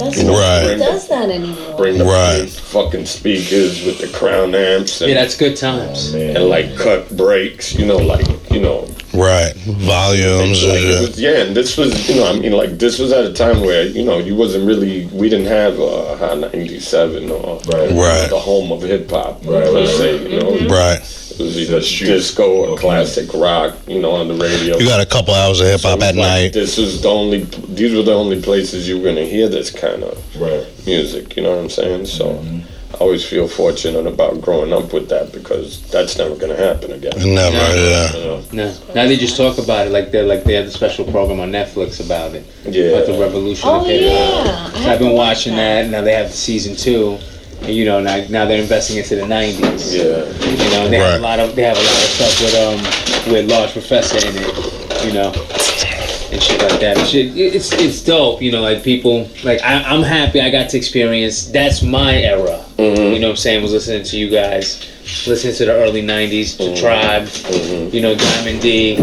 Speaker 2: That's
Speaker 5: Right.
Speaker 2: Who does that anymore?
Speaker 3: bring the
Speaker 5: Right.
Speaker 3: fucking speakers with the crown amps and,
Speaker 4: Yeah, that's good times.
Speaker 1: Man.
Speaker 3: and like cut breaks, you know, like, you know,
Speaker 5: Right. Volumes.
Speaker 3: Like, it
Speaker 5: yeah.
Speaker 3: was- yeah, and this was, you know, I mean, like, this was at a time where, you know, you wasn't really, we didn't have uh, High 97 or
Speaker 1: Right.
Speaker 5: Right. Mm-hmm.
Speaker 3: the home of hip hop,
Speaker 1: Right,
Speaker 3: per
Speaker 1: right,
Speaker 3: se, you know.
Speaker 5: Right.
Speaker 3: It was either
Speaker 1: The streets.
Speaker 3: disco or
Speaker 1: Okay.
Speaker 3: classic rock, you know, on the radio.
Speaker 5: You got a couple hours of hip
Speaker 3: It
Speaker 5: hop
Speaker 3: was
Speaker 5: at
Speaker 3: like,
Speaker 5: night.
Speaker 3: This was the only, these were the only places you were going to hear this kind of
Speaker 1: Right.
Speaker 3: music, you know what I'm saying? So
Speaker 1: Mm-hmm.
Speaker 3: I always feel fortunate about growing up with that because that's never going to happen again.
Speaker 5: Never. Yeah.
Speaker 3: You know?
Speaker 4: No. Now they just talk about it like they're like they have a special program on Netflix about it. About the
Speaker 3: Yeah.
Speaker 4: revolution
Speaker 2: Oh
Speaker 4: of hip hop.
Speaker 2: yeah.
Speaker 4: So I've been watching that. Now they have season two, and you know now, now they're investing into the nineties.
Speaker 3: Yeah.
Speaker 4: You know and they have
Speaker 5: Right.
Speaker 4: a lot of they have a lot of stuff with um with Large Professor in it. You know. And shit like that. And shit, it's it's dope. You know, like people like I, I'm happy I got to experience. That's my era. You know what I'm saying? Was listening to you guys, listening to the early '90s, to Tribe. You know, Diamond D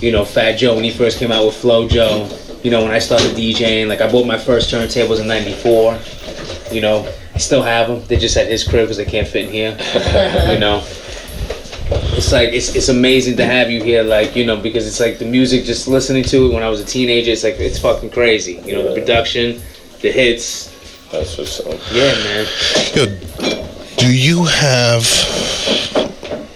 Speaker 4: you know, Fat Joe when he first came out with Flo Joe. You know, when I started DJing, like I bought my first turntables in '94. You know, I still have them. They're just at his crib because they can't fit in here. you know, it's like it's it's amazing to have you here. Like you know, because it's like the music. Just listening to it when I was a teenager, it's like it's fucking crazy. You know, the production, the hits.
Speaker 3: That's what's up.
Speaker 4: Yeah, man.
Speaker 5: Yo, do you have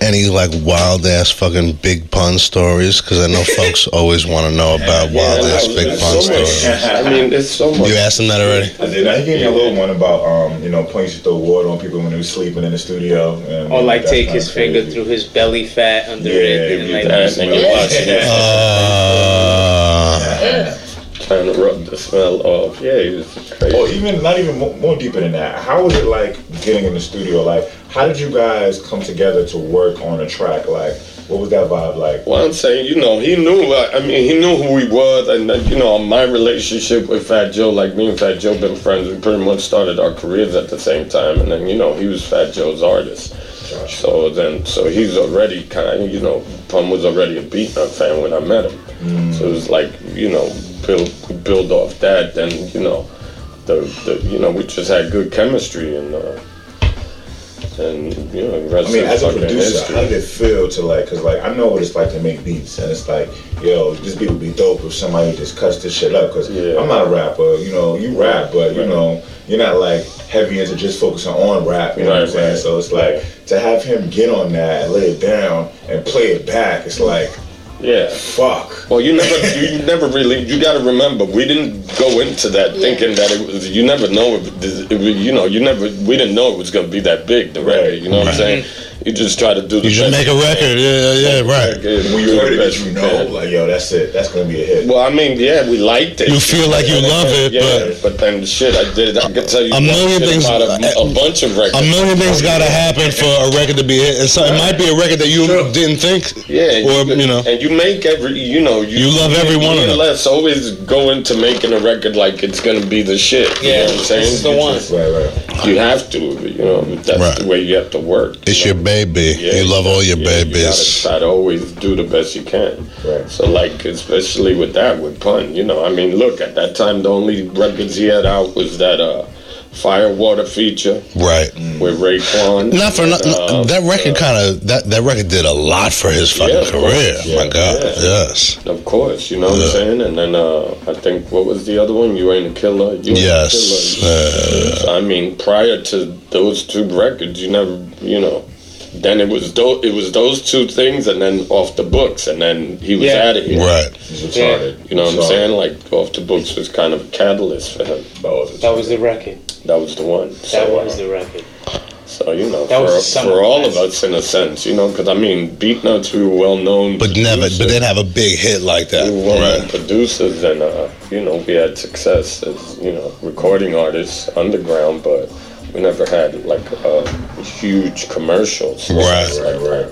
Speaker 5: any like wild ass fucking big pun stories? Because I know folks always want to know about wild ass
Speaker 3: I-
Speaker 5: big
Speaker 3: there's
Speaker 5: pun
Speaker 3: so much-
Speaker 5: stories.
Speaker 3: I mean, it's so much.
Speaker 5: You asked them that already?
Speaker 1: I did. I gave me a little one about um, you know, points you throw water on people when they were sleeping in the studio. And,
Speaker 4: Or like
Speaker 1: that's
Speaker 4: take
Speaker 1: kinda
Speaker 4: his finger
Speaker 1: crazy.
Speaker 4: through his belly fat under
Speaker 1: Yeah,
Speaker 4: it,
Speaker 1: you
Speaker 4: and like
Speaker 1: do that,
Speaker 3: that
Speaker 1: smell.
Speaker 3: nigga watching it.
Speaker 5: Uh,
Speaker 3: trying to rub the smell off. Yeah, he was crazy.
Speaker 1: Or even not even more, more deeper than that. How was it like getting in the studio? Like, how did you guys come together to work on a track? Like, what was that vibe like?
Speaker 3: Well, I'm saying, you know, he knew. uh, I mean, he knew who he was, and uh, you know, my relationship with Fat Joe, like me and Fat Joe, been friends. We pretty much started our careers at the same time, and then you know, he was Fat Joe's artist. So then, so he's already kind of, you know, Pum was already a Beatnut fan when I met him. So it was like, you know, build build off that. Then you know, the, the you know, we just had good chemistry and. Uh, and you know, the rest
Speaker 1: I mean,
Speaker 3: is
Speaker 1: as a
Speaker 3: fucking
Speaker 1: producer,
Speaker 3: history.
Speaker 1: how did it feel to like? Cause like I know what it's like to make beats, and it's like, yo, this beat would be dope if somebody just cuts this shit up. Cause
Speaker 3: Yeah.
Speaker 1: I'm not a rapper, you know. You rap, but you
Speaker 3: Right.
Speaker 1: know, you're not like heavy into just focusing on rap. You know what I'm
Speaker 3: Right,
Speaker 1: saying?
Speaker 3: right.
Speaker 1: So it's like to have him get on that and lay it down and play it back. It's like,
Speaker 3: yeah.
Speaker 1: fuck.
Speaker 3: Well, you never, you never really, you got to remember, we didn't go into that thinking that it was. You never know, if, it, it, you know, you never, we didn't know it was gonna be that big. The record,
Speaker 1: Right.
Speaker 3: you know what I'm saying? You just try to do the
Speaker 5: You should make
Speaker 3: best
Speaker 5: a
Speaker 3: you can.
Speaker 5: record. Yeah, yeah, yeah, right.
Speaker 3: Yeah,
Speaker 1: When
Speaker 3: do
Speaker 1: you
Speaker 3: the
Speaker 1: heard it,
Speaker 3: best
Speaker 1: you
Speaker 3: you
Speaker 1: know,
Speaker 3: can.
Speaker 1: like, yo, that's it. That's gonna be a hit.
Speaker 3: Well, I mean, yeah, we liked it.
Speaker 5: You feel like you
Speaker 3: And
Speaker 5: love it,
Speaker 3: then- yeah, but then shit, I did. I can tell you
Speaker 5: A
Speaker 3: one
Speaker 5: million
Speaker 3: shit
Speaker 5: things-
Speaker 3: about a, a bunch of records.
Speaker 5: A million things gotta happen for a record to be hit, and so it might be a record that you didn't think,
Speaker 3: Yeah, and
Speaker 5: or you know,
Speaker 3: and you make every, you know,
Speaker 5: You love every one of them.
Speaker 3: Let's always go into making a record like it's gonna be the shit. You know
Speaker 4: Yeah,
Speaker 3: what I'm saying?
Speaker 4: this is the one.
Speaker 1: Right, right.
Speaker 3: You have to, you know. That's
Speaker 5: Right.
Speaker 3: the way you have to work.
Speaker 5: it's
Speaker 3: you
Speaker 5: your
Speaker 3: know?
Speaker 5: baby.
Speaker 3: Yeah,
Speaker 5: You love all your
Speaker 3: yeah, You gotta
Speaker 5: babies.
Speaker 3: try to always do the best you can.
Speaker 1: Right.
Speaker 3: So, like, especially with that, with Pun, you know, I mean, look, at that time, the only records he had out was that uh, Fire Water feature
Speaker 5: Right.
Speaker 3: with Raekwon.
Speaker 5: Hmm. Not for not,
Speaker 3: Uh,
Speaker 5: that record kind of that that record did a lot for his fucking
Speaker 3: Yeah, of course.
Speaker 5: career. Oh My
Speaker 3: Yeah,
Speaker 5: God,
Speaker 3: yeah.
Speaker 5: yes,
Speaker 3: Of course, you know what
Speaker 5: Yeah.
Speaker 3: I'm saying? And then uh, I think, what was the other one? You Ain't a Killer? You Ain't a
Speaker 5: yes.
Speaker 3: Killer.
Speaker 5: Uh,
Speaker 3: I mean, prior to those two records, you never, you know, then it was those, it was those two things, and then off the books, and then he was
Speaker 4: Yeah.
Speaker 3: out of here.
Speaker 5: right.
Speaker 1: It's retarded.
Speaker 3: You know what I'm
Speaker 1: Retarded.
Speaker 3: saying? Like off the books was kind of a catalyst for him.
Speaker 1: Balls is-
Speaker 4: That was the record.
Speaker 3: That was the one.
Speaker 4: That
Speaker 3: So,
Speaker 4: was the record.
Speaker 3: so you know,
Speaker 4: That was the
Speaker 3: for,
Speaker 4: summer
Speaker 3: for all of
Speaker 4: classic.
Speaker 3: us in a sense, you know, because I mean, Beat Nuts, we were well known,
Speaker 5: But never,
Speaker 3: producers.
Speaker 5: but then have a big hit like that.
Speaker 3: we were well-known
Speaker 5: Right.
Speaker 3: producers, and uh, you know, we had success as you know recording artists underground, but we never had like uh, huge commercials.
Speaker 5: Right.
Speaker 1: Right, right.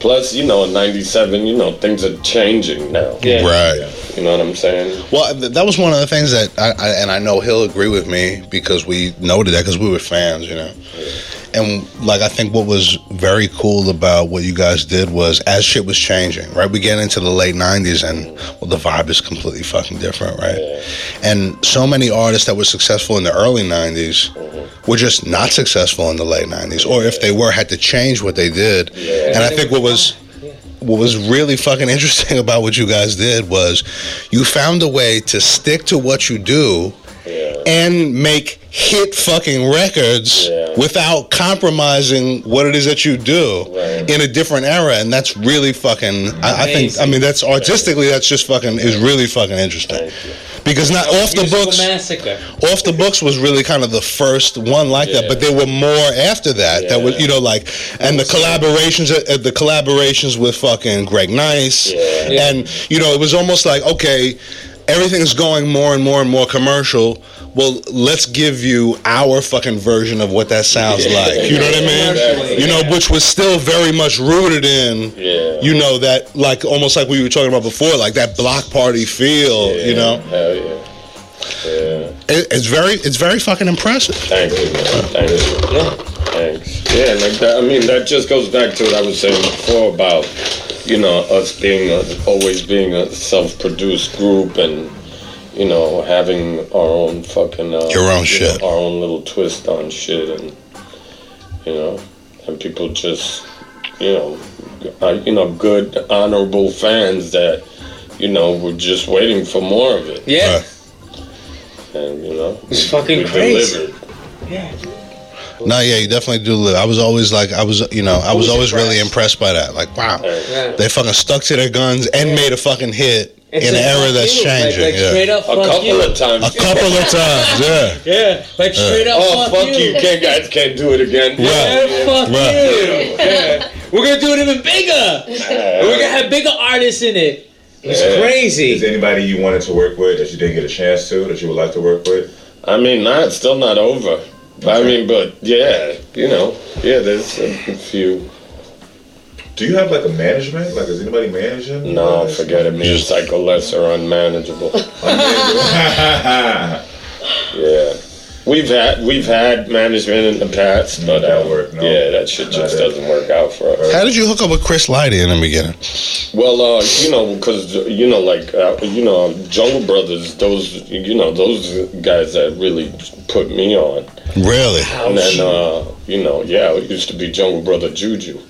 Speaker 3: Plus, you know, in '97, you know, things are changing now.
Speaker 4: Yeah.
Speaker 5: Right.
Speaker 3: You know what I'm saying?
Speaker 5: Well, th- that was one of the things that, I, I and I know he'll agree with me because we noted that because we were fans, you know. And like I think what was very cool about what you guys did was as shit was changing, right? We get into the late '90s and well, the vibe is completely fucking different, right? And so many artists that were successful in the early '90s were just not successful in the late '90s, or if they were, had to change what they did. And I think what was what was really fucking interesting about what you guys did was you found a way to stick to what you do
Speaker 3: Yeah.
Speaker 5: and make hit fucking records
Speaker 3: Yeah.
Speaker 5: without compromising what it is that you do
Speaker 3: Right.
Speaker 5: in a different era and that's really fucking I, I think I mean that's artistically that's just fucking is really fucking interesting
Speaker 3: Thank you.
Speaker 5: because not off the
Speaker 4: Musical
Speaker 5: books
Speaker 4: Massacre.
Speaker 5: off the books was really kind of the first one like that, but there were more after that. That was
Speaker 3: Yeah.
Speaker 5: you know like, and the collaborations, uh, the collaborations with fucking Greg Nice,
Speaker 3: Yeah.
Speaker 5: and you know it was almost like okay, everything's going more and more and more commercial. Well, let's give you our fucking version of what that sounds like. You know what I mean?
Speaker 3: Exactly.
Speaker 5: You know, which was still very much rooted in,
Speaker 3: Yeah.
Speaker 5: you know, that like almost like we were talking about before, like that block party feel. You know,
Speaker 3: Hell yeah. Yeah.
Speaker 5: it, it's very, it's very fucking impressive.
Speaker 3: Thank you, man. Thank you. Yeah. Thanks. Yeah, like that. I mean, that just goes back to what I was saying before about, you know, us being a, always being a self-produced group and, you know, having our own fucking uh,
Speaker 5: Your own
Speaker 3: you
Speaker 5: shit.
Speaker 3: know, our own little twist on shit, and you know, and people just, you know, uh, you know, good honorable fans that, you know, were just waiting for more of it,
Speaker 4: Yeah.
Speaker 5: Right.
Speaker 3: and you know,
Speaker 4: It's fucking
Speaker 3: we
Speaker 4: crazy.
Speaker 3: delivered.
Speaker 5: No, yeah, you definitely do live. I was always like, I was, you know, I was
Speaker 4: was
Speaker 5: always really
Speaker 4: impressed.
Speaker 5: impressed by that. Like, wow,
Speaker 4: Yeah.
Speaker 5: they fucking stuck to their guns and made a fucking hit
Speaker 4: It's
Speaker 5: in an
Speaker 4: just
Speaker 5: era
Speaker 4: fuck
Speaker 5: that's
Speaker 4: you. Like-
Speaker 5: changing.
Speaker 4: Like,
Speaker 5: yeah.
Speaker 4: straight up,
Speaker 3: A
Speaker 4: fuck
Speaker 3: couple
Speaker 4: you.
Speaker 3: of times.
Speaker 5: a couple of times, yeah.
Speaker 4: Yeah, like straight up,
Speaker 3: Oh,
Speaker 4: fuck, you.
Speaker 3: Can't, guys can't do it again.
Speaker 5: Right.
Speaker 4: Yeah, fuck
Speaker 5: Right.
Speaker 4: you. Yeah. We're gonna do it even bigger. We're gonna have bigger artists in it. It's
Speaker 3: Yeah.
Speaker 1: Is
Speaker 4: crazy.
Speaker 1: there anybody you wanted to work with that you didn't get a chance to that you would like to work with?
Speaker 3: I mean, not still not over. I mean, but yeah, you know, yeah. There's a few.
Speaker 1: Do you have like a management? Like, is anybody managing?
Speaker 3: No, forget it. Me and Psycho Less are unmanageable.
Speaker 1: that
Speaker 3: Yeah, we've had we've had management in the past, but
Speaker 1: don't
Speaker 3: uh,
Speaker 1: work, no.
Speaker 3: yeah, that shit just doesn't work out for us.
Speaker 5: How did you hook up with Chris Lighty in the beginning?
Speaker 3: Well, uh, you know, because you know, like uh, you know, Jungle Brothers, those you know, those guys that really put me on.
Speaker 5: Really?
Speaker 3: And then, uh, you know, yeah, it used to be Jungle Brother Juju.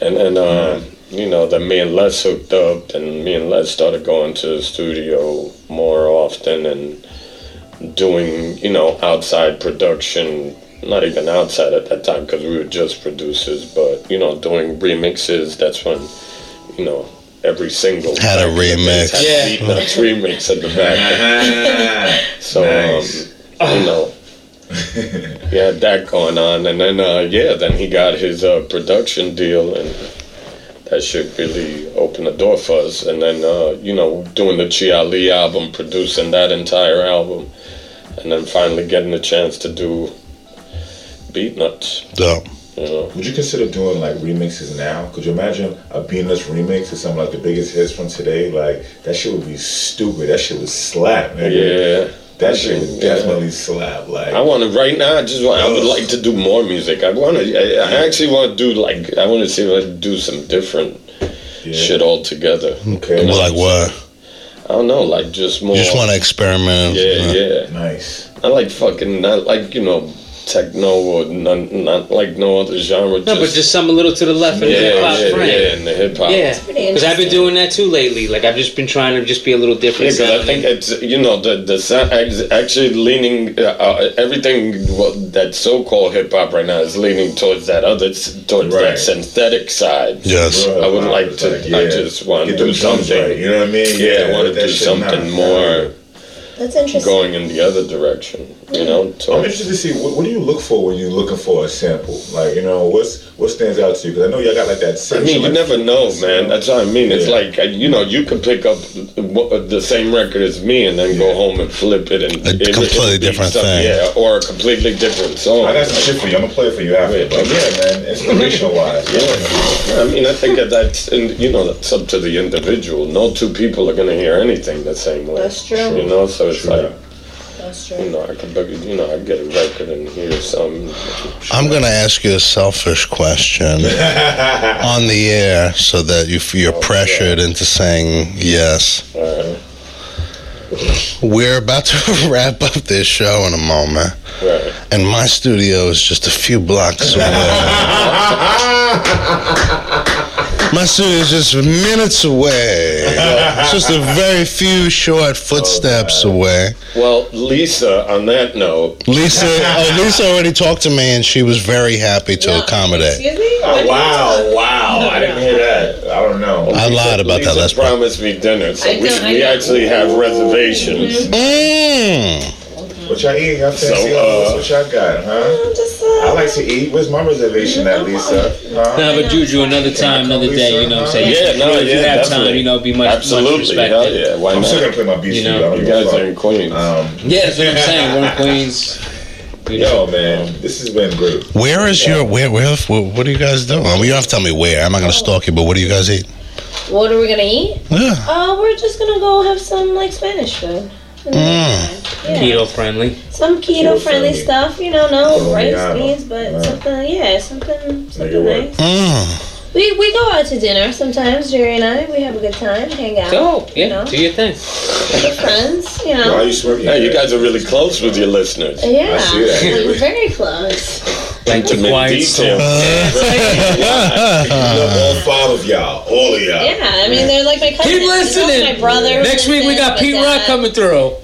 Speaker 3: And then, uh, you know, then me and Les hooked up, and me and Les started going to the studio more often and doing, you know, outside production. Not even outside at that time because we were just producers, but, you know, doing remixes. That's when, you know, every single
Speaker 5: Had a remix.
Speaker 4: Yeah.
Speaker 3: yeah. remix at the back.
Speaker 1: work.
Speaker 3: So,
Speaker 1: Nice.
Speaker 3: um, you know, he had that going on, and then uh, yeah, then he got his uh, production deal, and that shit really opened the door for us. And then uh, you know, doing the Chi Ali album, producing that entire album, and then finally getting the chance to do Beatnuts,
Speaker 5: Dope.
Speaker 3: you know.
Speaker 1: Would you consider doing like remixes now? Could you imagine a Beanless remix of something like the biggest hits from today? Like that shit would be stupid. That shit would slap, nigga.
Speaker 3: Yeah.
Speaker 1: That shit would
Speaker 3: Yeah.
Speaker 1: definitely slap. Like
Speaker 3: I want to right now. I just want. I would like to do more music. I want to. I, I actually want to do like. I want to see like do some different
Speaker 1: yeah.
Speaker 3: shit altogether.
Speaker 1: Okay.
Speaker 5: Well, like what?
Speaker 3: I don't know. Like just more.
Speaker 5: You just want to experiment.
Speaker 3: yeah,
Speaker 5: uh,
Speaker 3: yeah.
Speaker 1: Nice.
Speaker 3: I like fucking not like you know techno or not, not like no other genre.
Speaker 4: No, but just something a little to the left
Speaker 3: yeah,
Speaker 4: and hip
Speaker 3: yeah,
Speaker 4: hop
Speaker 3: yeah,
Speaker 4: friend.
Speaker 3: and the hip hop.
Speaker 4: Yeah,
Speaker 2: pretty
Speaker 4: because I've been
Speaker 2: interesting.
Speaker 4: doing that too lately. Like I've just been trying to just be a little
Speaker 3: Yeah,
Speaker 4: different.
Speaker 3: 'cause I think it's you know the the sound, ex- actually leaning uh, uh, everything what- that so called hip hop right now is leaning towards that other s- towards that
Speaker 1: Right.
Speaker 3: synthetic side.
Speaker 5: Yes.
Speaker 1: Bro,
Speaker 3: I would like
Speaker 1: it's
Speaker 3: to- I just wanna
Speaker 1: Get
Speaker 3: do
Speaker 1: them drums
Speaker 3: something.
Speaker 1: Right, you know what I mean?
Speaker 3: Yeah, I want
Speaker 1: let
Speaker 3: to
Speaker 1: that
Speaker 3: do
Speaker 1: shit knock
Speaker 3: something
Speaker 1: down.
Speaker 3: more
Speaker 2: That's interesting.
Speaker 3: going in the other direction. You know,
Speaker 1: I'm
Speaker 3: towards-
Speaker 1: interested to see what, what do you look for when you're looking for a sample. Like you know, what's what stands out to you? Because I know y'all got like that.
Speaker 3: I
Speaker 1: section,
Speaker 3: mean, you
Speaker 1: like,
Speaker 3: never know, man. That's what I mean. It's
Speaker 1: Yeah.
Speaker 3: like uh, you know, you could pick up w- the same record as me and then go home and flip it and
Speaker 5: A
Speaker 3: it- it'll
Speaker 5: completely
Speaker 3: be
Speaker 5: different
Speaker 3: something-
Speaker 5: thing.
Speaker 3: yeah, or a completely different song.
Speaker 1: I got some shit for you. I'm gonna play it for you after. But yeah, man, inspirational wise.
Speaker 3: Yeah. I mean, I think that that's and you know that's up to the individual. No two people are gonna hear anything the same way.
Speaker 2: That's true.
Speaker 3: You know, so it's
Speaker 1: True.
Speaker 3: like
Speaker 2: That's
Speaker 3: you
Speaker 2: true.
Speaker 3: know, I could you know, I get a record and hear some.
Speaker 5: I'm gonna ask you a selfish question on the air, so that you, you're pressured into saying yes.
Speaker 3: Uh,
Speaker 5: We're about to wrap up this show in a moment,
Speaker 3: right.
Speaker 5: and my studio is just a few blocks away. My studio is just minutes away. It's just a very few short footsteps away.
Speaker 3: Well, Lisa, on that note,
Speaker 5: Lisa, oh, Lisa already talked to me, and she was very happy to accommodate.
Speaker 2: Excuse me?
Speaker 1: Oh, wow, wow! I didn't hear that. I don't know.
Speaker 5: I lied about
Speaker 3: Lisa
Speaker 5: that last part.
Speaker 3: promised me dinner, so
Speaker 2: I
Speaker 3: we,
Speaker 2: know, I
Speaker 3: we
Speaker 2: know.
Speaker 3: actually have reservations.
Speaker 5: Mm.
Speaker 1: What y'all eating? Y'all fancy?
Speaker 3: So, uh,
Speaker 1: what y'all got, huh?
Speaker 2: I'm just, uh,
Speaker 1: I like to eat. Where's my reservation at, Lisa? Huh?
Speaker 4: No, but Juju, another time, another day. You know what I'm saying?
Speaker 3: Yeah, no,
Speaker 4: if you
Speaker 3: yeah,
Speaker 4: have time,
Speaker 3: definitely.
Speaker 4: you know, be much much
Speaker 3: Absolutely,
Speaker 4: respected.
Speaker 3: hell yeah. Why
Speaker 1: I'm
Speaker 3: not?
Speaker 1: still gonna play my beats
Speaker 4: You
Speaker 1: for
Speaker 4: know,
Speaker 1: you. I don't
Speaker 3: You
Speaker 1: give a
Speaker 3: guys
Speaker 1: fuck.
Speaker 3: are in Queens.
Speaker 5: Uh,
Speaker 1: Um,
Speaker 4: Yeah, that's what I'm saying. We're in Queens. You know,
Speaker 1: yo, man, this has been great.
Speaker 5: Where is your where where what, what are you guys doing? Well, you don't have to tell me where. I'm not gonna stalk you, but what do you guys eat?
Speaker 2: What are we gonna eat?
Speaker 5: Yeah.
Speaker 2: Uh, we're just gonna go have some like Spanish food.
Speaker 5: Mm.
Speaker 2: Yeah.
Speaker 4: keto friendly.
Speaker 2: Some keto friendly
Speaker 1: Keto-friendly.
Speaker 2: stuff, you know, no rice,
Speaker 1: Colombiano.
Speaker 2: beans, but
Speaker 1: Wow.
Speaker 2: something, yeah, something, something
Speaker 1: what?
Speaker 2: nice.
Speaker 5: Mm.
Speaker 2: We, we go out to dinner sometimes, Jerry and I. We have a good time, hang out.
Speaker 4: So
Speaker 2: you
Speaker 4: yeah,
Speaker 2: know,
Speaker 4: do your thing.
Speaker 2: with friends, you
Speaker 1: Why are
Speaker 2: know.
Speaker 1: you smirking?
Speaker 3: Hey, you guys are really close with your listeners.
Speaker 2: Yeah,
Speaker 1: I see that.
Speaker 2: like, we're very close.
Speaker 4: Like the
Speaker 3: Intimate
Speaker 4: quiet
Speaker 3: detail.
Speaker 4: soul.
Speaker 1: I love all five of y'all, all of y'all.
Speaker 2: Yeah, I mean, they're like my cousins.
Speaker 4: Keep
Speaker 2: you know,
Speaker 4: listening.
Speaker 2: My brother.
Speaker 4: Next week we got
Speaker 2: my
Speaker 4: Pete Rock
Speaker 2: dad.
Speaker 4: coming through.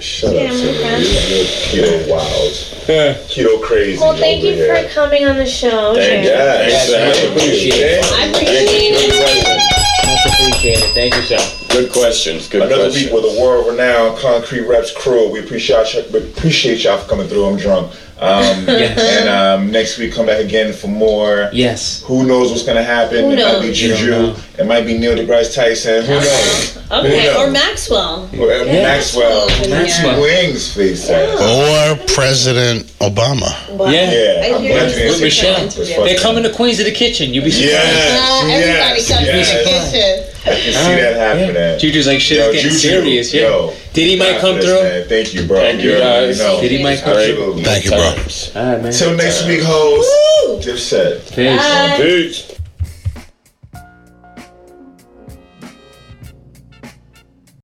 Speaker 1: Shut up,
Speaker 2: Yeah,
Speaker 1: Sylvia.
Speaker 2: my friend.
Speaker 1: You're you're keto wild,
Speaker 4: Yeah.
Speaker 1: keto crazy.
Speaker 2: Well, thank
Speaker 1: over
Speaker 2: you
Speaker 1: here.
Speaker 2: for coming on the show, Jerry.
Speaker 3: Thank you.
Speaker 1: Yes,
Speaker 3: Thanks for
Speaker 1: I appreciate it.
Speaker 2: I appreciate it.
Speaker 4: Much appreciated. Thank you, sir.
Speaker 3: Good questions. Good
Speaker 1: Another
Speaker 3: questions.
Speaker 1: week with a world-renowned Concrete Reps crew. We appreciate y'all, we appreciate y'all for coming through. I'm drunk. Um, And um, next week, come back again for more.
Speaker 4: Yes.
Speaker 1: Who knows what's gonna happen?
Speaker 2: Who
Speaker 1: It might be
Speaker 2: knows?
Speaker 4: You don't
Speaker 1: Juju.
Speaker 4: know.
Speaker 1: It might be Neil deGrasse Tyson. Who knows?
Speaker 2: Okay,
Speaker 1: Yeah.
Speaker 2: or Maxwell.
Speaker 1: Or Maxwell.
Speaker 4: Maxwell.
Speaker 1: Wings face. Yeah.
Speaker 5: Or President Obama.
Speaker 2: Wow.
Speaker 4: Yeah.
Speaker 1: yeah.
Speaker 2: I
Speaker 1: I'm glad
Speaker 2: hear you.
Speaker 1: you didn't
Speaker 4: With
Speaker 1: say
Speaker 4: Michelle.
Speaker 1: that. That's
Speaker 4: They're
Speaker 1: fucked
Speaker 4: coming
Speaker 1: up.
Speaker 4: to Queens of the kitchen. You'll be surprised.
Speaker 1: Yes.
Speaker 2: Uh, everybody
Speaker 1: yes.
Speaker 2: comes
Speaker 1: yes.
Speaker 2: to the kitchen.
Speaker 1: I can see that happening.
Speaker 4: Yeah. Juju's like shit
Speaker 1: Yo,
Speaker 4: is getting
Speaker 1: Juju,
Speaker 4: serious. Yeah.
Speaker 1: yo,
Speaker 4: Diddy might come
Speaker 1: Fabulous,
Speaker 4: through.
Speaker 1: man. Thank you, bro.
Speaker 3: Thank you,
Speaker 1: You're-
Speaker 3: guys.
Speaker 1: know,
Speaker 4: Diddy might come
Speaker 3: Great.
Speaker 1: absolutely.
Speaker 5: Thank you, bro.
Speaker 3: times.
Speaker 4: All right, man.
Speaker 1: Till next week, hoes.
Speaker 2: Woo!
Speaker 1: Dipset.
Speaker 4: Peace.
Speaker 2: Bye.
Speaker 3: Peace.